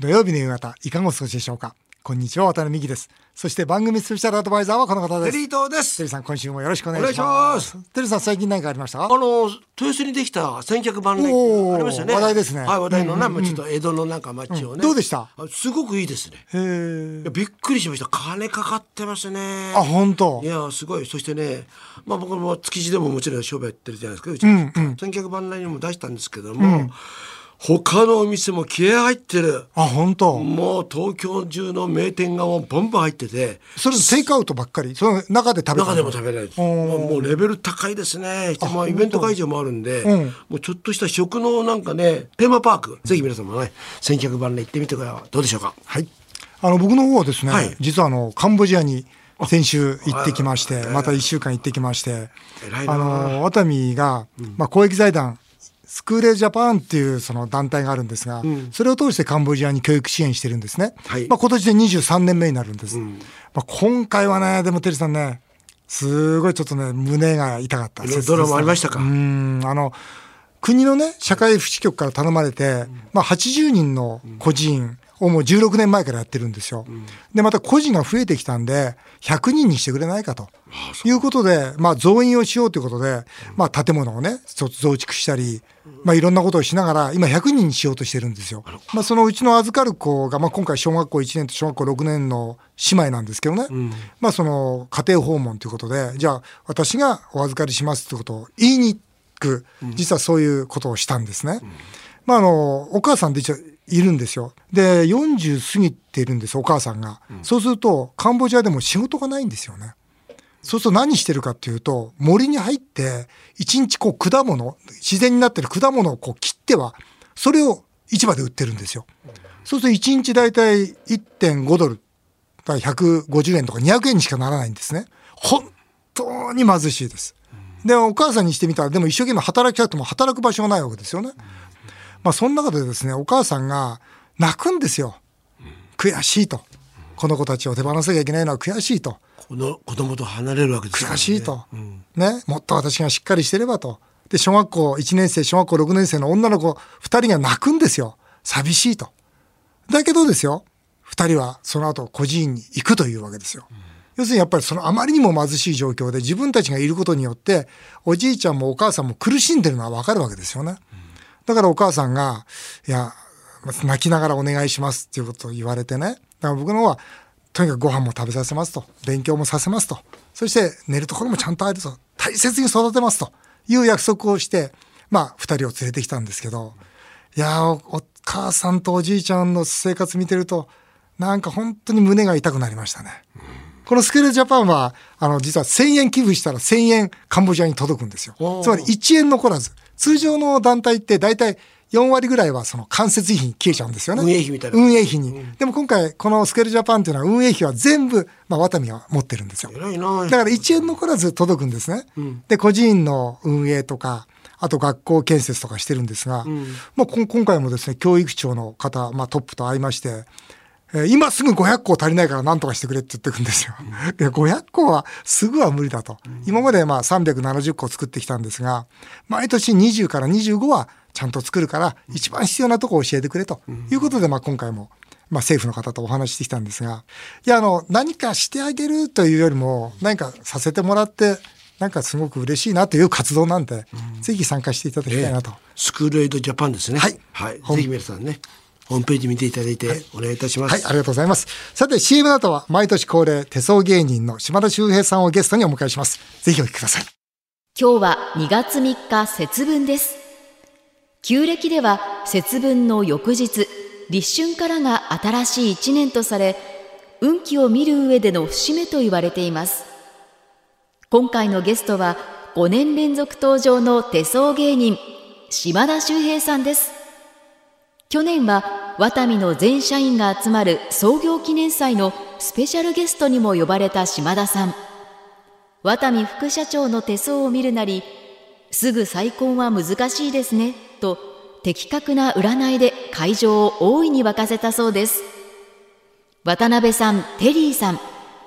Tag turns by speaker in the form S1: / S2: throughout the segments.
S1: 土曜日の夕方、いかがお過ごしでしょうかこんにちは、渡辺美希です。そして番組スペシャルアドバイザーはこの方で
S2: テ
S1: す。
S2: リー東です。
S1: テ
S2: あ
S1: リーさん、今週もよろしくお願いし
S2: お願
S1: ま
S2: い
S1: す。
S2: しま
S1: テリーさん、最近何かありました
S2: の豊洲にできた千客万来
S1: おー
S2: ありましたよね。
S1: 話題ですね
S2: はい、話題のね、まあちょっと江戸のなんか町をね。
S1: どうでした
S2: あすごくいいですね。
S1: へー
S2: いやびっくりしました。金かかってましたね。
S1: あ、本当
S2: いやすごいそしてね、まあ、僕も築地でももちろん商売やってるじゃないですかうちの実家千客万来にも出したんですけども、他のお店も気合入ってる
S1: あ、本当
S2: もう東京中の名店がもうバンバン入ってて
S1: それテイクアウトばっかりその中で食べた
S2: 中でも食べられる
S1: おー
S2: もうもうレベル高いですねまあイベント会場もあるんで、
S1: うん
S2: もうちょっとした食のなんかねテーマパークぜひ皆さんもね千客万来行ってみてからどうでしょうか
S1: はい。あの、僕の方はですね、
S2: はい
S1: 実はあの、カンボジアに先週行ってきまして、また1週間行ってきまして、
S2: 偉いな
S1: あの、熱海が、まあ、公益財団、スクーレジャパンっていうその団体があるんですが、それを通してカンボジアに教育支援してるんですね。
S2: はい
S1: まあ、今年で23年目になるんです。まあ、今回はね、でもテリーさんね、すごいちょっとね、胸が痛かった。
S2: いろいろドラマありましたか
S1: うん、あの、国のね、社会福祉局から頼まれて、まあ、80人の孤児院をもう16年前からやってるんですよ。で、また孤児が増えてきたんで、100人にしてくれないかと。いうことで、まあ、増員をしようということで、まあ、建物をね、ちょっと増築したり、まあ、いろんなことをしながら、今100人にしようとしてるんですよ。まあ、そのうちの預かる子が、まあ、今回小学校1年と小学校6年の姉妹なんですけどね、まあ、その家庭訪問ということで、じゃあ、私がお預かりしますってことを言いに行く、実はそういうことをしたんですね。まあ、あの、お母さんで一応いるんですよ。で、40過ぎているんです、お母さんが。そうすると、カンボジアでも仕事がないんですよね。そうすると何してるかっていうと、森に入って、一日こう果物、自然になってる果物をこう切っては、それを市場で売ってるんですよ。そうすると一日だいたい1.5ドル、だから150円とか200円にしかならないんですね。本当に貧しいです。で、お母さんにしてみたら、でも一生懸命働きたくても働く場所がないわけですよね。まあ、その中でですね、お母さんが泣くんですよ。悔しいと。この子たちを手放さなきゃいけないのは悔しいと。
S2: この子供と離れるわけですから
S1: 悔
S2: ね
S1: しいと、ね、もっと私がしっかりしてればとで小学校1年生小学校6年生の女の子2人が泣くんですよ寂しいとだけどですよ2人はその後孤児院に行くというわけですよ、要するにやっぱりそのあまりにも貧しい状況で自分たちがいることによっておじいちゃんもお母さんも苦しんでるのは分かるわけですよね、だからお母さんが「いや泣きながらお願いします」っていうことを言われてねだから僕の方はとにかくご飯も食べさせますと勉強もさせますとそして寝るところもちゃんとあると大切に育てますという約束をしてまあ2人を連れてきたんですけどいやーおお母さんとおじいちゃんの生活見てるとなんか本当に胸が痛くなりましたね。このスクールジャパンは、あの、実は1000円寄付したら1000円カンボジアに届くんですよ
S2: お。ー
S1: つまり1円残らず。通常の団体って大体4割ぐらいはその間接費に消えちゃうんですよね。
S2: 運営費みたいな
S1: 運営費に。でも今回、このスクールジャパンっていうのは運営費は全部、まあ、ワタミは持ってるんですよ。
S2: 偉いな
S1: だから1円残らず届くんですね。で、個人の運営とか、あと学校建設とかしてるんですが、まあ、こん今回もですね、教育長の方、まあ、トップと会いまして、えー今すぐ500校足りないから何とかしてくれって言ってくんですよ。いや500校はすぐは無理だと。今までまあ370校作ってきたんですが、毎年20から25はちゃんと作るから、一番必要なとこを教えてくれということで、まあ、今回もまあ、政府の方とお話ししてきたんですが、いや、あの、何かしてあげるというよりも、何かさせてもらって、なんかすごく嬉しいなという活動なんで、ぜひ参加していただきたいなと。
S2: スクールエイドジャパンですね。
S1: はい
S2: ぜひ皆さんね、ホームページ見ていただいて、お願いいたします。
S1: はい、ありがとうございます。さて、CM の後は毎年恒例、手相芸人の島田秀平さんをゲストにお迎えします。ぜひお聞きください。
S3: 今日は2月3日節分です旧暦では節分の翌日立春からが新しい一年とされ運気を見る上での節目と言われています今回のゲストは5年連続登場の手相芸人島田秀平さんです去年はワタミの全社員が集まる創業記念祭のスペシャルゲストにも呼ばれた島田さん渡見副社長の手相を見るなり、すぐ再婚は難しいですね、と的確な占いで会場を大いに沸かせたそうです。渡辺さん、テリーさん、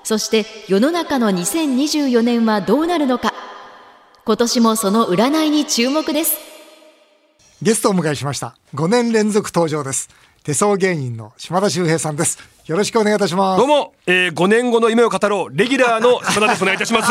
S3: そして世の中の2024年はどうなるのか、今年もその占いに注目です。
S1: ゲストをお迎えしました。5年連続登場です。手相芸人の島田秀平さんです。よろしくお願いいたします。
S4: どうも、えー、5年後の夢を語ろう、レギュラーの島田です。お願いいたします。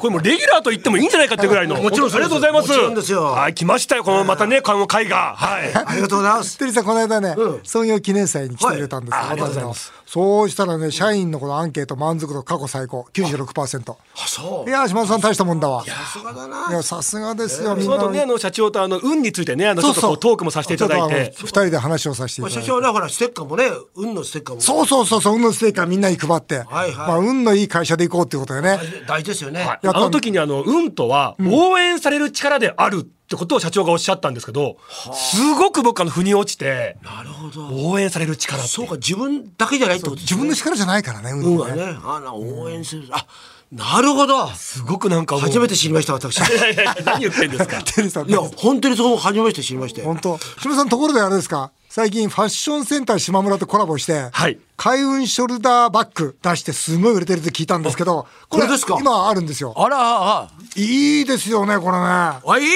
S4: これもうレギュラーと言ってもいいんじゃないかってぐらいの。
S2: もちろんです
S4: ありがとうございます。
S2: もちろんですよ
S4: はい、来ましたよ。このまたね、この会が。はい。
S2: ありがとうございます。
S1: テリーさんこの間ね、
S2: うん
S1: 創業記念祭に来てくれたんですよ、
S2: はいあありがとうござい
S1: の
S2: ます
S1: そうしたらね社員のこのアンケート満足度過去最高96%
S2: あ、そう。
S1: いやー島田さん大したもんだわ
S2: さすがだ
S1: い
S2: な。
S1: やさすがですよ、み
S4: そ
S1: んな
S4: の後ね、あの社長とあの運についてね、あのちょっとこうトークもさせていただ
S1: ち。ょ
S4: いて
S1: っとあの二人で話をさせてい
S2: まあ
S1: ただ
S2: 社
S1: いて
S2: 長ね、ほら、ステッカーもね、運のステッカーも。
S1: そうそうそうそう運のステーカーみんなに配って、
S2: はいはい
S1: まあ運のいい会社で行こうっていうことでね
S2: 大事ですよね。
S4: はい
S1: やっ
S4: あ
S1: た
S4: の時にあの運とは応援される力であるってことを社長がおっしゃったんですけど、すごく僕あの腑に落ちて
S2: なるほど。
S4: 応援される力って
S2: そうか、自分だけじゃないってことで
S1: 自
S2: すね
S1: 分の力じゃないからね運
S2: 運
S1: は
S2: は
S1: ね
S2: ね、あな応援する。あ、なるほど。
S4: すごくなんかもう
S2: 初めて知りました、 私。い
S4: いやいやいや何言ってんですか
S1: テリーさん
S2: や、本当にそう、初めて知りまして。
S1: 本当島田さんところであれですか最近ファッションセンター島村とコラボして、
S4: はい
S1: 開運ショルダーバッグ出してすごい売れてるって聞いたんですけど
S2: これですか
S1: 今あるんですよ
S2: あら、あ
S1: いいですよねこれね
S2: あ、あいい。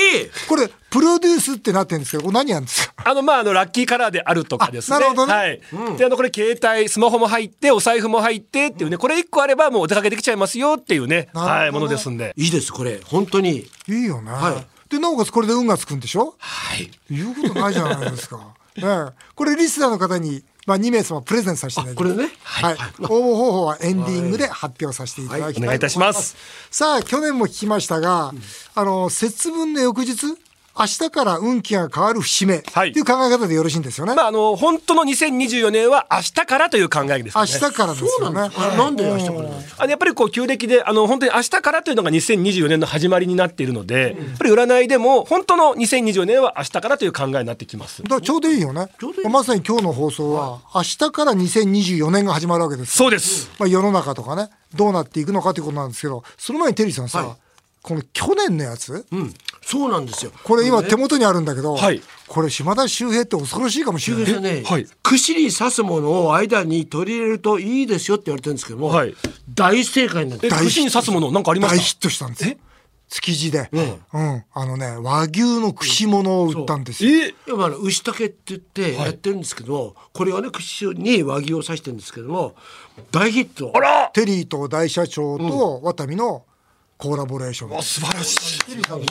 S1: これプロデュースってなってるんですけどこれ何やるんですか
S4: あの、まあ、あの、ラッキーカラーであるとかですね。
S1: あなるほどね
S4: はい。で、あの、これ、携帯、スマホも入って、お財布も入ってっていうね、これ一個あれば、もうお出かけできちゃいますよっていうね、
S1: なるほどね
S4: はい、ものですんで。
S2: いいです、これ、本当に。
S1: いいよね、
S2: は
S1: でなおかつこれで運がつくんでしょ
S2: はい。
S1: 言うことないじゃないですかねえこれリスナーの方に、まあ、2名様プレゼントさせていただきます
S2: あこれね
S1: はい、応募方法はエンディングで発表させていただきたいと思
S4: はいお願いいたします
S1: さあ去年も聞きましたが、あの節分の翌日明日から運気が変わる節目って
S4: はい
S1: いう考え方でよろしいんですよね、
S4: まあ、あの、本当の2024年は明日からという考えです
S1: 明
S4: ね。
S1: 日からですよね
S2: あなんで明日から
S1: うん
S4: あのやっぱりこう旧暦であの本当に明日からというのが2024年の始まりになっているので、やっぱり占いでも本当の2024年は明日からという考えになってきます
S1: だ。からちょうどいいよね
S2: ょうどいい
S1: まさに今日の放送は明日から2024年が始まるわけです
S4: そうです。
S1: まあ、世の中とかねどうなっていくのかということなんですけどその前にテリーさんさ、
S2: はい
S1: この去年のやつ
S2: うん。そうなんですよ。
S1: これ今手元にあるんだけど、
S4: はい
S1: これ島田秀平って恐ろしいかもしれ
S2: で
S1: ない
S2: すね、
S4: はい
S2: 串に刺すものを間に取り入れるといいですよって言われてるんですけども、
S4: はい
S2: 大正解なんで
S4: え、
S2: す。
S1: 大
S4: 串に刺すものなんかありま
S1: 大
S4: し
S1: ヒットしたんですよ築地で、うん
S2: ん
S1: あのね和牛の串物を売ったんです
S4: た。
S1: よ
S4: え、
S2: いやまああの牛竹って言ってやってるんですけど、これはね串に和牛を刺してるんですけども大ヒット
S4: あら、
S1: テリーと大社長とワタミのコラボレーション、
S4: あ素晴らしい。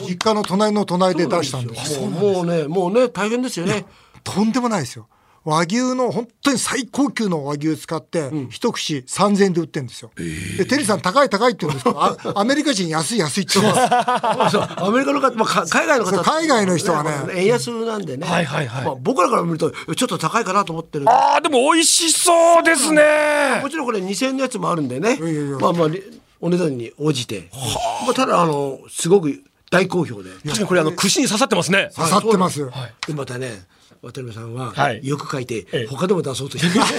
S1: 実家の隣の隣で出したんですよ
S2: もうもうねもうね大変ですよね
S1: とんでもないですよ和牛の本当に最高級の和牛使って、一串3000円で売ってるんですよ、でテリーさん高い高いって言うんですけど あアメリカ人安い安いって言ってます
S2: そうアメリカの方、まあ、か海外の
S1: そ
S2: 方
S1: う海外の人はね
S2: まあ円安なんでね、
S4: はいはいはい
S2: まあ、僕らから見るとちょっと高いかなと思ってる
S4: ああでも美味しそうですね
S2: も。ちろんこれ2000円のやつもあるんでね
S1: いやいや
S2: まあまありお値段に応じて、まあ、ただあのすごく大好評で
S4: 確かにこれあの串に刺さってま すね。
S1: 刺さってます、
S2: でまたね渡辺さんは
S4: はい
S2: よく書いて、
S4: ええ
S2: 他でも出そうとしてるこれ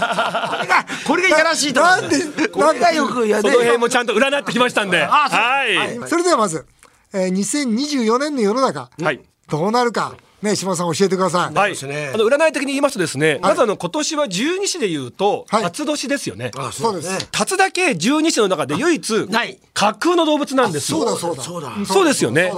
S2: がこれがいやらしいとこ
S1: なんで
S2: これがよくや
S4: そ
S2: で
S4: の辺もちゃんと占ってきましたんで。
S2: あそう
S4: はい。
S1: それではまず、えー、2024年の世の中、
S4: はい
S1: どうなるかね島田さん教えてください、
S4: はい、あ
S2: うですね
S4: の占い的に言いますとですね、まずあの今年は十二支で言うと、
S1: はい
S4: 辰年ですよね。
S2: あ
S1: そうです
S2: ね
S4: 辰だけ十二支の中で唯一
S2: ない
S4: 架空の動物なんですよ。
S1: そうだそうだ
S2: そうだ
S4: そうですよね。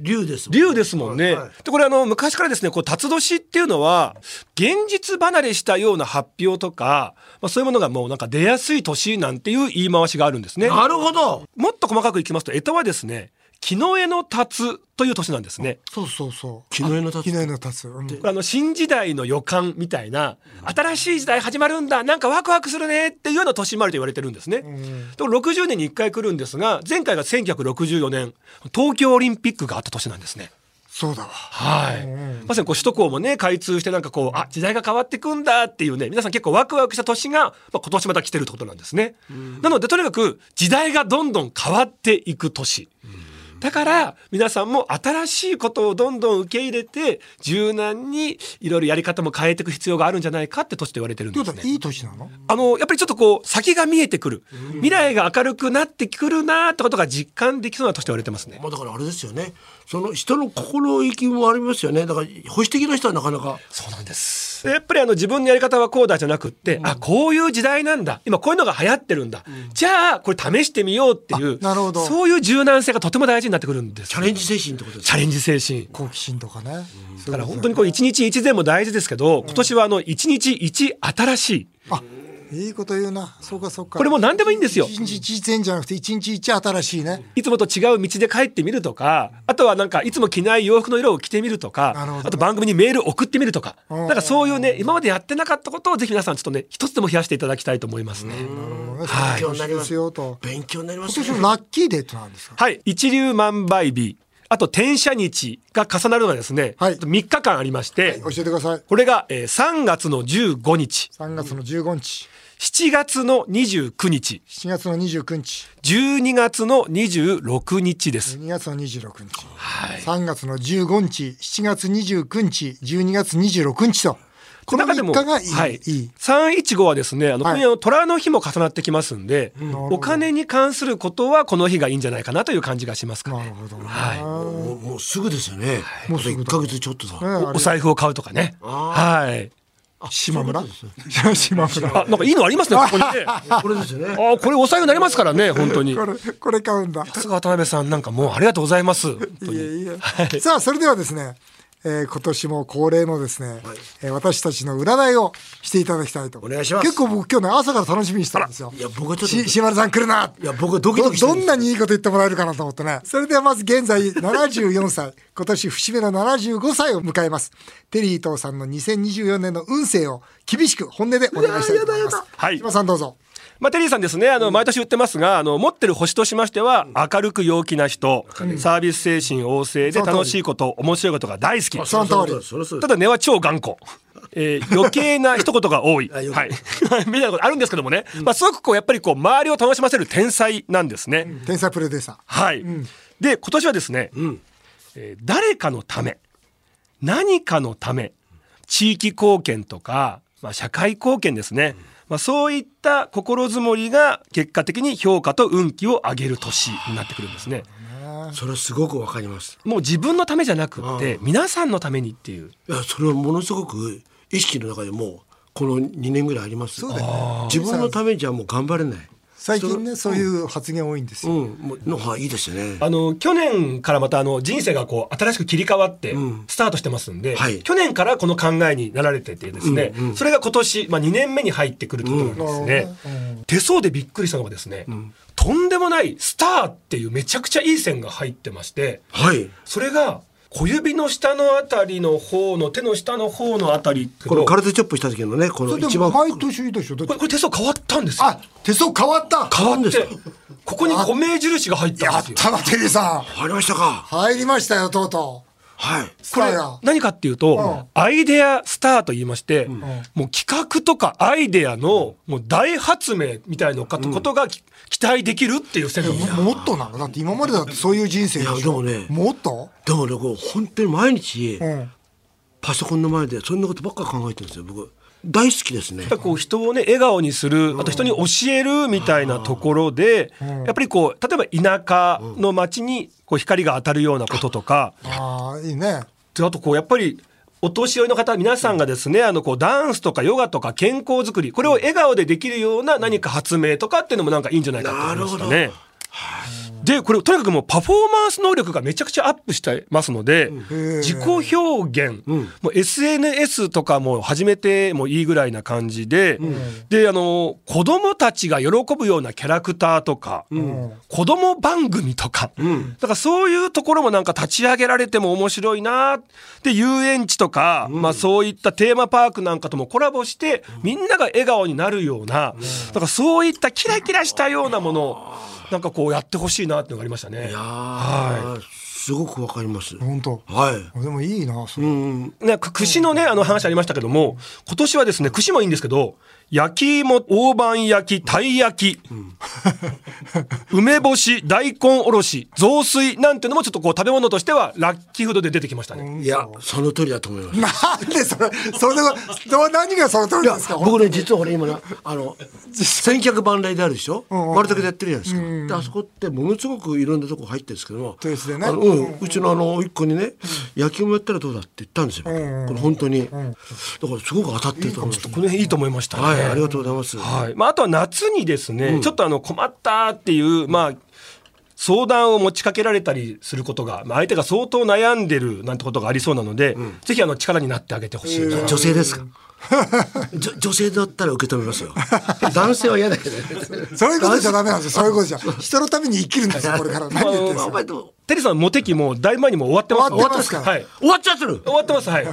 S2: 竜竜ですもん
S4: 竜ですもんね。
S2: はいはい
S4: でこれあの昔からですねこう辰年っていうのは現実離れしたような発表とか、まあ、そういうものがもうなんか出やすい年なんていう言い回しがあるんですね。
S2: なるほど
S4: もっと細かくいきますと干支はですね木の絵の辰という年なんですね。
S1: そうそうそう
S2: 昨日の立
S1: 昨
S2: つ
S1: 日の立つ、うん
S4: これあの新時代の予感みたいな新しい時代始まるんだなんかワクワクするねっていうような年もあると言われてるんですね。ところ60年に1回来るんですが前回が1964年東京オリンピックがあった年なんですね。
S1: そうだわ
S4: はい、まさにこう首都高もね開通してなんかこうあ時代が変わってくんだっていうね皆さん結構ワクワクした年が、まあ、今年また来てるってことなんですね、なのでとにかく時代がどんどん変わっていく年、だから皆さんも新しいことをどんどん受け入れて柔軟にいろいろやり方も変えていく必要があるんじゃないかって年と言われてるん
S1: ど
S4: で
S1: うだ
S4: す
S1: い
S4: ね。
S1: い年なの
S4: あのやっぱりちょっとこう先が見えてくる未来が明るくなってくるなってことが実感できそうな年と言われてますね。
S2: まあだからあれですよねその人の心意気もありますよねだから保守的な人はなかなか
S4: そうなんです
S1: です。
S4: やっぱりあの自分のやり方はこうだじゃなくって、あこういう時代なんだ今こういうのが流行ってるんだ、じゃあこれ試してみようっていう
S1: あなるほど
S4: そういう柔軟性がとても大事になってくるんです
S2: チャレンジ精神ってことです
S4: チャレンジ精神
S1: 好奇心とかね。
S4: だから本当にこう一日一善も大事ですけど今年はあの一日一新しい
S1: あ、いいこと言うな。そうかそうか。
S4: これもう何でもいいんですよ
S1: 一日一善じゃなくて一日一新しいね。
S4: いつもと違う道で帰ってみるとかあとはなんかいつも着ない洋服の色を着てみるとか
S1: なるほどね
S4: あと番組にメール送ってみるとか
S1: うん
S4: なんかそういうね今までやってなかったことをぜひ皆さんちょっとね一つでも増やしていただきたいと思いますね。
S1: はい。今日ですよと。
S2: 勉強になりま
S1: 今
S2: すね
S1: 年のラッキーデーってなんですか。
S4: はい、一粒万倍日、あと転写日が重なるのがですね、
S1: はい
S4: 3日間ありまして、
S1: 教えてください。
S4: これが、えー3月の15日、
S1: 3月の15日、
S4: 7月の29日、
S1: 7月の29日、
S4: 12月の26日です。
S1: 2月の26日、
S4: はい。
S1: 3月の15日、7月29日、12月26日と、この3日がいい。、
S4: はいい、
S1: い
S4: 315はですね、あの、
S1: はい
S4: 今夜の虎の日も重なってきますんで、
S1: ど
S4: お金に関することはこの日がいいんじゃないかなという感じがしますか
S1: なる
S4: ね。
S1: ほどね。
S4: は
S2: もうもうすぐですよねもう
S1: すぐ
S2: 1
S1: だ
S2: か月ちょっとだ
S1: ね
S4: い。おお財布を買うとかね。はい。
S1: 島村島村。
S4: あ、なんかいいのありますね、ここ にね。
S2: これですよね
S4: あーこれお財布になりますからね本当に
S1: これ、これ買うんだ。
S4: さすが渡辺さんなんかもうありがとうございます本当
S1: いえ
S4: に
S1: いえ。さあ、それではですね、えー今年も恒例のですね、えー私たちの占いをしていただきたいと思
S2: お願いします
S1: 結構僕今日ね、朝から楽しみにしてたんですよ。
S2: いや僕はちょっと
S1: し島田さん来るない
S2: や僕はドキドキしてる
S1: どどんなにいいこと言ってもらえるかなと思ってねそれではまず現在74歳今年節目の75歳を迎えますテリー伊藤さんの2024年の運勢を厳しく本音でお願いしたいと思います
S4: はい
S1: 島田さんどうぞ
S4: まあ、テリーさんですねあの毎年言ってますがあの持ってる星としましては明るく陽気な人サービス精神旺盛
S1: そ
S4: で
S1: の通り
S4: 楽しいこと面白いことが大好き
S1: その通り
S2: そりゃそう
S4: ただ根は超頑固。えー余計な一言が多い。はい。
S2: 余
S4: み
S2: 計
S4: たい なことあるんですけどもね。まあ、すごくこう、やっぱりこう、周りを楽しませる天才なんですね。
S1: 天才プロデューサー
S4: はい、で今年はですね、えー誰かのため何かのため地域貢献とか、まあ、社会貢献ですね、まあ、そういった心づもりが結果的に評価と運気を上げる年になってくるんですね。
S2: それはすごくわかります
S4: もう自分のためじゃなくって皆さんのためにっていう
S2: いやそれはものすごく意識の中でもうこの2年ぐらいあります
S1: そうだよね
S2: 自分のためじゃもう頑張れない
S1: 最近ねそういう発言多いんです
S2: う
S1: よ、
S2: んもうのはいいですよね
S4: あの去年からまたあの人生がこう新しく切り替わってスタートしてますんで、
S2: はい
S4: 去年からこの考えになられててですね、それが今年、まあ、2年目に入ってくるってことなんですね、手相でびっくりしたのがですね、とんでもないスターっていうめちゃくちゃいい線が入ってまして
S2: はい
S4: それが小指の下のあたりの方の手の下の方のあたり
S2: この
S4: こ
S2: カ
S4: れ
S2: ルテチョップした時のねこの
S1: それ
S2: 一
S1: でも
S2: 番
S1: 毎年いいでしょだっ
S4: こ
S1: て
S4: れ手相変わったんですよ
S1: あ手相変わった
S4: 変わ
S2: 変わるん
S4: っ
S2: です
S4: て
S2: か
S4: ここに米印が入った
S1: や
S4: ん
S1: っ
S4: ですよ
S1: たなテリーさん
S2: 入りましたか
S1: 入りましたよとうとう
S2: はい
S1: これが
S4: 何かっていうと、アイデアスターと言いまして、もう企画とかアイデアのもう大発明みたいなことが、き期待できるっていう線路
S1: ももっとなのだって今までだってそういう人生
S2: いやでもね
S1: もっと
S2: でもねこう本当に毎日
S1: うん
S2: パソコンの前でそんなことばっか考えてるんですよ僕大好きですね
S4: やっぱこう人をね笑顔にするあと人に教えるみたいなところでやっぱりこう例えば田舎の町にこう光が当たるようなこととか
S1: ああいいね
S4: であとこうやっぱりお年寄りの方皆さんがですねあのこうダンスとかヨガとか健康づくりこれを笑顔でできるような何か発明とかっていうのもなんかいいんじゃないかと思いました
S2: なる
S4: ね。でこれとにかくもうパフォーマンス能力がめちゃくちゃアップしてますので自己表現、もう SNS とかも始めてもいいぐらいな感じで、であの子供たちが喜ぶようなキャラクターとか、子供番組とか、だからそういうところもなんか立ち上げられても面白いなで遊園地とか、まあ、そういったテーマパークなんかともコラボしてみんなが笑顔になるような、だからそういったキラキラしたようなものをなんかこうやってほしいなっていうのがありましたね。
S2: いやー、すごくわかります
S1: 本当
S2: はい
S1: でもいいなそれ
S4: ね、く串のね、あの話ありましたけども、今年はですね、串もいいんですけど、焼き芋、大判焼き、たい焼き、梅干し、大根おろし、雑炊なんていうのもちょっとこう食べ物としてはラッキーフードで出てきましたね。
S2: いやその通りだと思います
S1: なんでそれそれではどう何がその通りなんですか
S2: 僕ね実は俺今なあの千客万来であるでしょ、
S1: んうん
S2: 丸竹でやってるじゃないですか、ってあそこってものすごくいろんなとこ入ってるんですけども、
S1: 豊洲でね
S2: あのうんうちのあの甥っ子にね、野球もやったらどうだって言ったんですよ、これ本当に、だからすごく当たってると思います
S4: この辺いいと思いましたね。
S2: はいありがとうございます、
S4: はいまあ、あとは夏にですね、ちょっとあの困ったっていう、まあ、相談を持ちかけられたりすることが、まあ、相手が相当悩んでるなんてことがありそうなので、ぜひあの力になってあげてほしいな、
S2: 女性 ですかじょ女性だったら受け止めますよ 男性は嫌だけどね
S1: そういうことじゃダメなんですよ。そういうことじゃ。人のために生きるんですよ、これから。何言ってんです
S2: お
S1: よ。
S2: 前ど
S4: テリーさんモテ期もうだいぶ前にもう終わってます
S1: 終わってますから
S4: はい、
S2: う終わっちゃってる
S4: 終わってますはい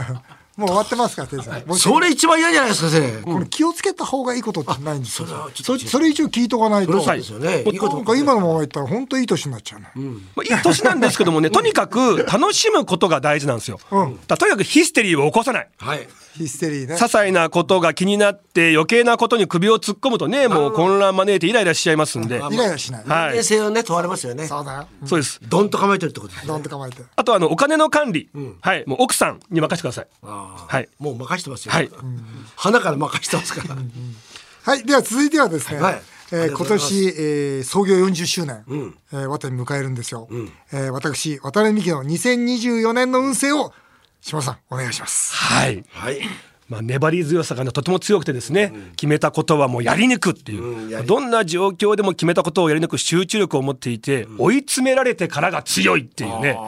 S1: もう終わってますから、テリーさん。もう
S2: それ一番嫌じゃないですか先生、
S1: これ気をつけた方がいいことってないんです
S2: そ
S1: よ
S2: れ。はちょ
S1: そ
S2: っと
S1: それ以上聞いとかないと。
S2: うるさ
S1: ない
S2: ですよね、いいこと
S1: んか今のまま言ったら本当いい年になっちゃうの。
S4: まあ、いい年なんですけどもね、とにかく楽しむことが大事なんですよ。だからとにかくヒステリーを起こさない。
S2: はい
S1: ヒステリーね
S4: 些。細なことが気になって余計なことに首を突っ込むとね、もう混乱招いてイライラしちゃいますんで。
S1: イライラしない。
S4: は
S2: 冷
S4: い。
S2: 静をね問われますよね
S1: そうだよ。
S4: そうです。
S2: どんと構えてるってことです
S1: どんと構えて。
S4: あとあの、お金の管理。はい。もう奥さんに任せてください。はい。
S2: もう任してますよ、
S4: はい
S2: 花から任してますから
S1: はい。では続いてはですね、
S2: はい
S1: えー
S2: ありが
S1: 今
S2: とうございます
S1: 年、えー創業40周年、えー渡に迎えるんですよ。えー私、渡辺美希の2024年の運勢を、島田さん、お願いします。
S4: はい。
S2: はい
S4: まあ、粘り強さが、ね、とても強くてですね、決めたことはもうやり抜くっていう、どんな状況でも決めたことをやり抜く集中力を持っていて、追い詰められてからが強いっていうね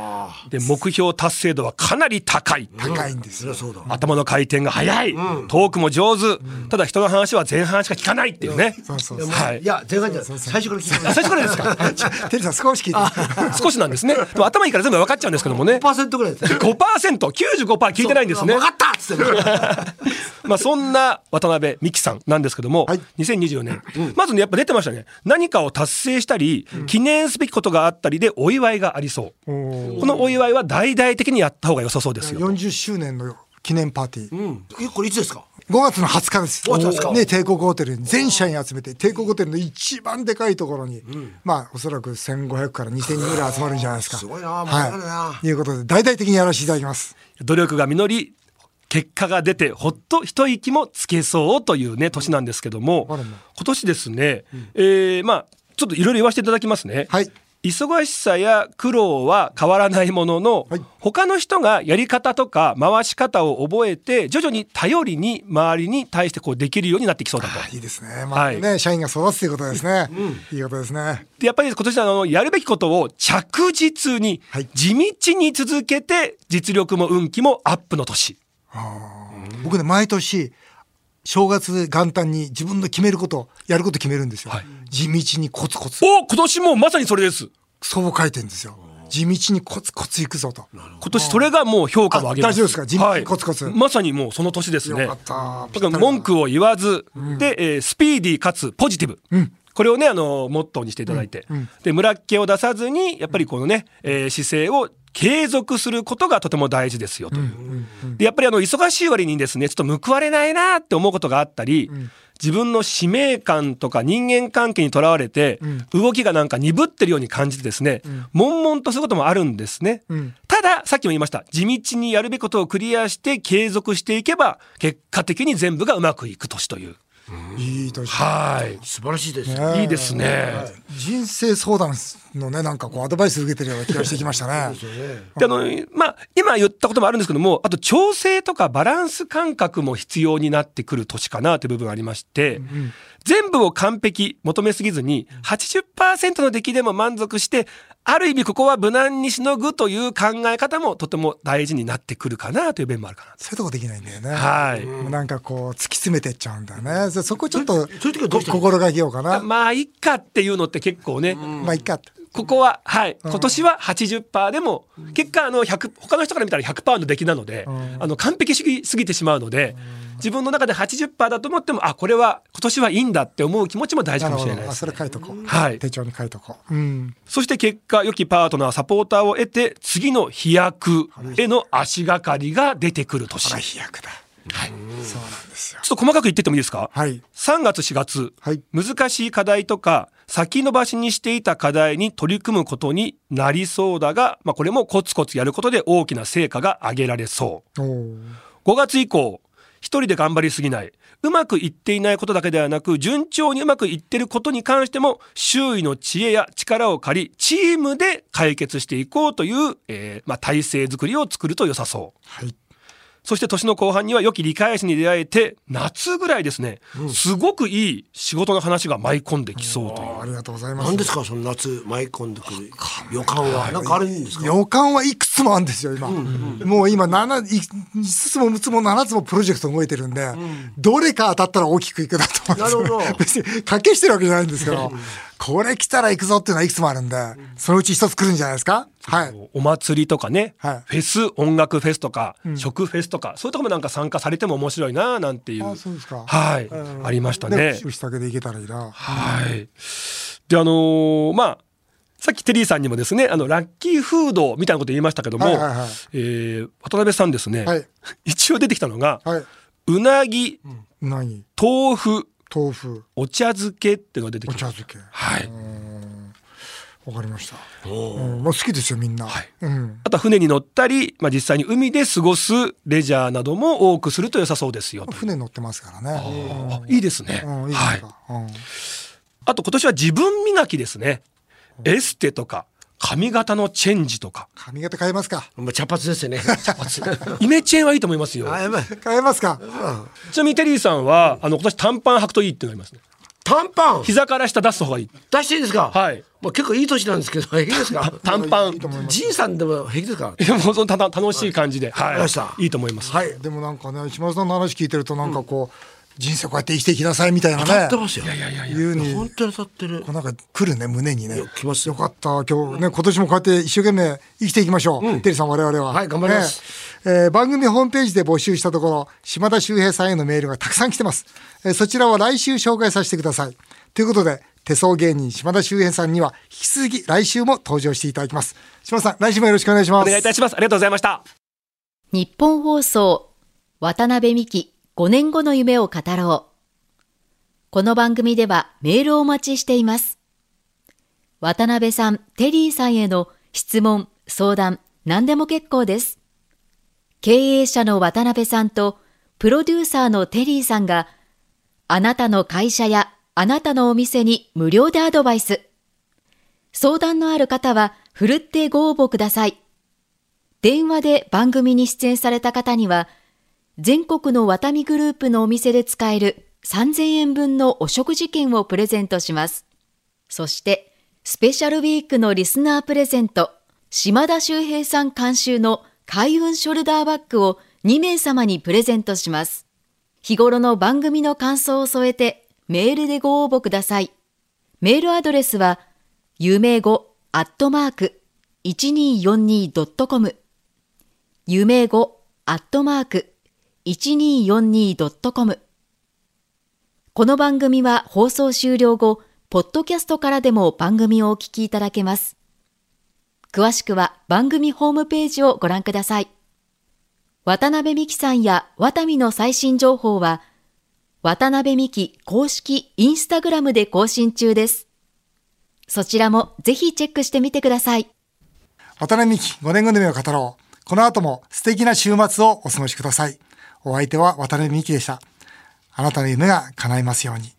S4: で目標達成度はかなり高い。
S1: 高いんですよ。
S2: そうだ
S4: 頭の回転が速い、トークも上手、ただ人の話は前半しか聞かないっていうね。
S1: そうそうそう。
S4: はい
S2: いや前半じゃない最初から聞いて
S4: あ
S2: ます
S4: 最初からですか
S1: テリーさん少し聞いて。
S4: 少しなんですね。でも頭いいから全部分かっちゃうんですけどもね。
S2: 5%ぐらいですね
S4: 5%、95%聞いてないんですね
S2: 分。かったっつってね
S4: まあそんな渡辺美樹さんなんですけども、2024年、まずねやっぱ出てましたね何かを達成したり、記念すべきことがあったりでお祝いがありそう、このお祝いは大々的にやった方が良さそうですよ、
S1: 40周年の記念パーティー。
S2: うんえこれいつですか
S1: 5月の20日です。
S2: 5月20日
S1: ね、帝国ホテルに全社員集めて、帝国ホテルの一番でかいところに、まあ、おそらく1500から2000人ぐらい集まるんじゃないですか。
S2: すごいな盛り上がるな
S1: はい。いうことで、大々的にやらせていただきます。
S4: 努力が実り結果が出てほっと一息もつけそうというね年なんですけども
S1: あら
S4: 今
S1: ま
S4: 年ですね、えーまあちょっといろいろ言わせていただきますね。
S1: はい
S4: 忙しさや苦労は変わらないものの、
S1: はい
S4: 他の人がやり方とか回し方を覚えて徐々に頼りに周りに対してこうできるようになってきそうだと。
S1: いいですね。まあ、ね、
S4: は
S1: 社員が育つということですね。いいことですね。
S4: でやっぱり今年あのやるべきことを着実に、
S1: はい
S4: 地道に続けて実力も運気もアップの年。
S1: 僕ね、毎年、正月元旦に自分の決めること、やること決めるんですよ。
S4: はい
S1: 地道にコツコツ。
S4: お今年もまさにそれです。
S1: そう書いてんですよ。地道にコツコツいくぞと。
S4: 今年それがもう評価を上げます
S1: あ大丈夫ですか地道にコツコツ
S4: はいまさにもうその年ですね
S1: よかった
S4: だから文句を言わず、で、えースピーディーかつポジティブ、これをねあのモットーにしていただいて、で村っ気を出さずにやっぱりこのね、えー姿勢を継続することがとても大事ですよという、でやっぱりあの忙しい割にですねちょっと報われないなって思うことがあったり、自分の使命感とか人間関係にとらわれて、動きがなんか鈍ってるように感じてですね、悶々とすることもあるんですね、たださっきも言いました地道にやるべきことをクリアして継続していけば結果的に全部がうまくいく年という
S1: いい年。
S4: はい
S2: 素晴らしいです
S4: いいですね。
S1: 人生相談のね、なんかこう、アドバイス受けてるような気がしてきましたね。
S4: であのまあ、今言ったこともあるんですけどもあと調整とかバランス感覚も必要になってくる年かなという部分がありまして、全部を完璧求めすぎずに80%の出来でも満足してある意味ここは無難にしのぐという考え方もとても大事になってくるかなという面もあるかな
S1: そういうとこできないんだよね。
S4: はい
S1: もうなんかこう、突き詰めてっちゃうんだよね。そそこちょっと、
S2: そういう時はどうしたの
S1: 心がけようかな。
S4: まあいっかっていうのって結構ね、
S1: まあ、いっかって。
S4: ここははい今年は80%でも結果あの100他の人から見たら100%の出来なので、あの完璧主義すぎてしまうので、自分の中で80%だと思ってもあこれは今年はいいんだって思う気持ちも大事
S1: な
S4: か
S1: る
S4: も
S1: ほ
S4: しれない
S1: ど。
S4: で
S1: あ、
S4: す
S1: それ書いとこう。
S4: はい
S1: 手帳に書いとこう。うん。
S4: そして結果良きパートナーサポーターを得て次の飛躍への足がかりが出てくる年、ちょ
S1: 飛躍だ。そうなんですよ。
S4: っと細かく言ってってもいいですか、
S1: はい。
S4: 3月4月、
S1: はい
S4: 難しい課題とか先延ばしにしていた課題に取り組むことになりそうだが、まあ、これもコツコツやることで大きな成果が上げられそう
S1: おー
S4: 5月以降一人で頑張りすぎないうまくいっていないことだけではなく順調にうまくいってることに関しても周囲の知恵や力を借りチームで解決していこうという、えーまあ、体制づくりを作ると良さそう。
S1: はい。
S4: そして年の後半には良き理解者に出会えて夏ぐらいですね、すごくいい仕事の話が舞い込んできそうという。
S1: ありがとうございます。
S2: 何ですかその夏舞い込んでくる予感はなんかあるんですか
S1: 予感はいくつもあるんですよ、今。もう今、7、5つも6つも7つもプロジェクト動いてるんで、どれか当たったら大きくいくなと思います。
S2: なるほど
S1: 別に、賭けしてるわけじゃないんですけど、これ来たら行くぞっていうのはいくつもあるんで、そのうち一つ来るんじゃないですかはい。
S4: お祭りとかね、
S1: はい
S4: フェス音楽フェスとか、食フェスとかそういうとこもなんか参加されても面白いななんていう
S1: あそうですか
S4: はい、ありましたね。
S1: で牛竹で行けたらいいな。
S4: はい。で、あのーまあ、さっきテリーさんにもですね、あの、ラッキーフードみたいなこと言いましたけども、
S1: はいはいはい
S4: えー渡辺さんですね、
S1: はい
S4: 一応出てきたのが、
S1: はいう
S4: なぎ、
S1: 何
S4: 豆腐、
S1: 豆腐、
S4: お茶漬けっていうのが出てき
S1: お
S4: まし
S1: 茶
S4: た。
S1: 漬け。
S4: はい。
S1: わかりました。うん、まあ好きですよ、みんな。うん。
S4: あとは船に乗ったり、まあ、実際に海で過ごすレジャーなども多くすると良さそうですよと。
S1: 船乗ってますからね。
S4: あいいですね。
S1: うん、うんいいで
S4: は
S1: す
S4: い。
S1: か。うん
S4: あと今年は自分磨きですね。エステとか、髪型のチェンジとか。
S1: 髪型変えますか
S2: もう茶髪ですよね 茶髪
S4: イメチ ェンはいいと思いま すよ。
S2: あやばい
S1: 変えますか
S4: ちなみにテリーさんは、あの、今年短パン履くといいってなりますね。
S2: 短パン
S4: 膝から下出す方がいい。
S2: 出していいですか
S4: はい
S2: もう結構いい年なんですけど平気ですか
S4: 短パン。い
S2: じいさんでも平気ですか
S4: や、もうそのたた楽しい感じで。
S2: り
S4: は
S2: ました
S4: い。いいと思います。
S2: はい
S1: でもなんかね石丸さんの話聞いてるとなんかこう、人生こうやって生きていきなさいみたいな
S2: 当たってま
S1: ね
S2: すよ
S1: いうに
S2: 本当に当たってる
S1: こうなんか来るね胸にね
S2: や来ますよ
S1: よかった今日ね今年もこうやって一生懸命生きていきましょう、テリーさん我々は
S2: はい頑張ります、
S1: ねえー番組ホームページで募集したところ島田秀平さんへのメールがたくさん来てます、えーそちらは来週紹介させてくださいということで手相芸人島田秀平さんには引き続き来週も登場していただきます島田さん来週もよろしくお願いしま
S4: お
S1: す
S4: 願いいたします。ありがとうございました。
S3: 日本放送渡辺美希5年後の夢を語ろうこの番組ではメールをお待ちしています渡辺さんテリーさんへの質問相談何でも結構です経営者の渡辺さんとプロデューサーのテリーさんがあなたの会社やあなたのお店に無料でアドバイス相談のある方はふるってご応募ください電話で番組に出演された方には、全国のワタミグループのお店で使える3000円分のお食事券をプレゼントします。そして、スペシャルウィークのリスナープレゼント、島田秀平さん監修の開運ショルダーバッグを2名様にプレゼントします。日頃の番組の感想を添えて、メールでご応募ください。メールアドレスは、有名語アットマーク 1242.com 有名語アットマーク 1242.com この番組は放送終了後、ポッドキャストからでも番組をお聞きいただけます。詳しくは番組ホームページをご覧ください。渡辺美希さんやワタミの最新情報は、渡辺美希公式インスタグラムで更新中です。そちらもぜひチェックしてみてください。
S1: 渡辺美希5年後の夢を語ろう。この後も素敵な週末をお過ごしください。お相手は渡辺美希でした。あなたの夢が叶いますように。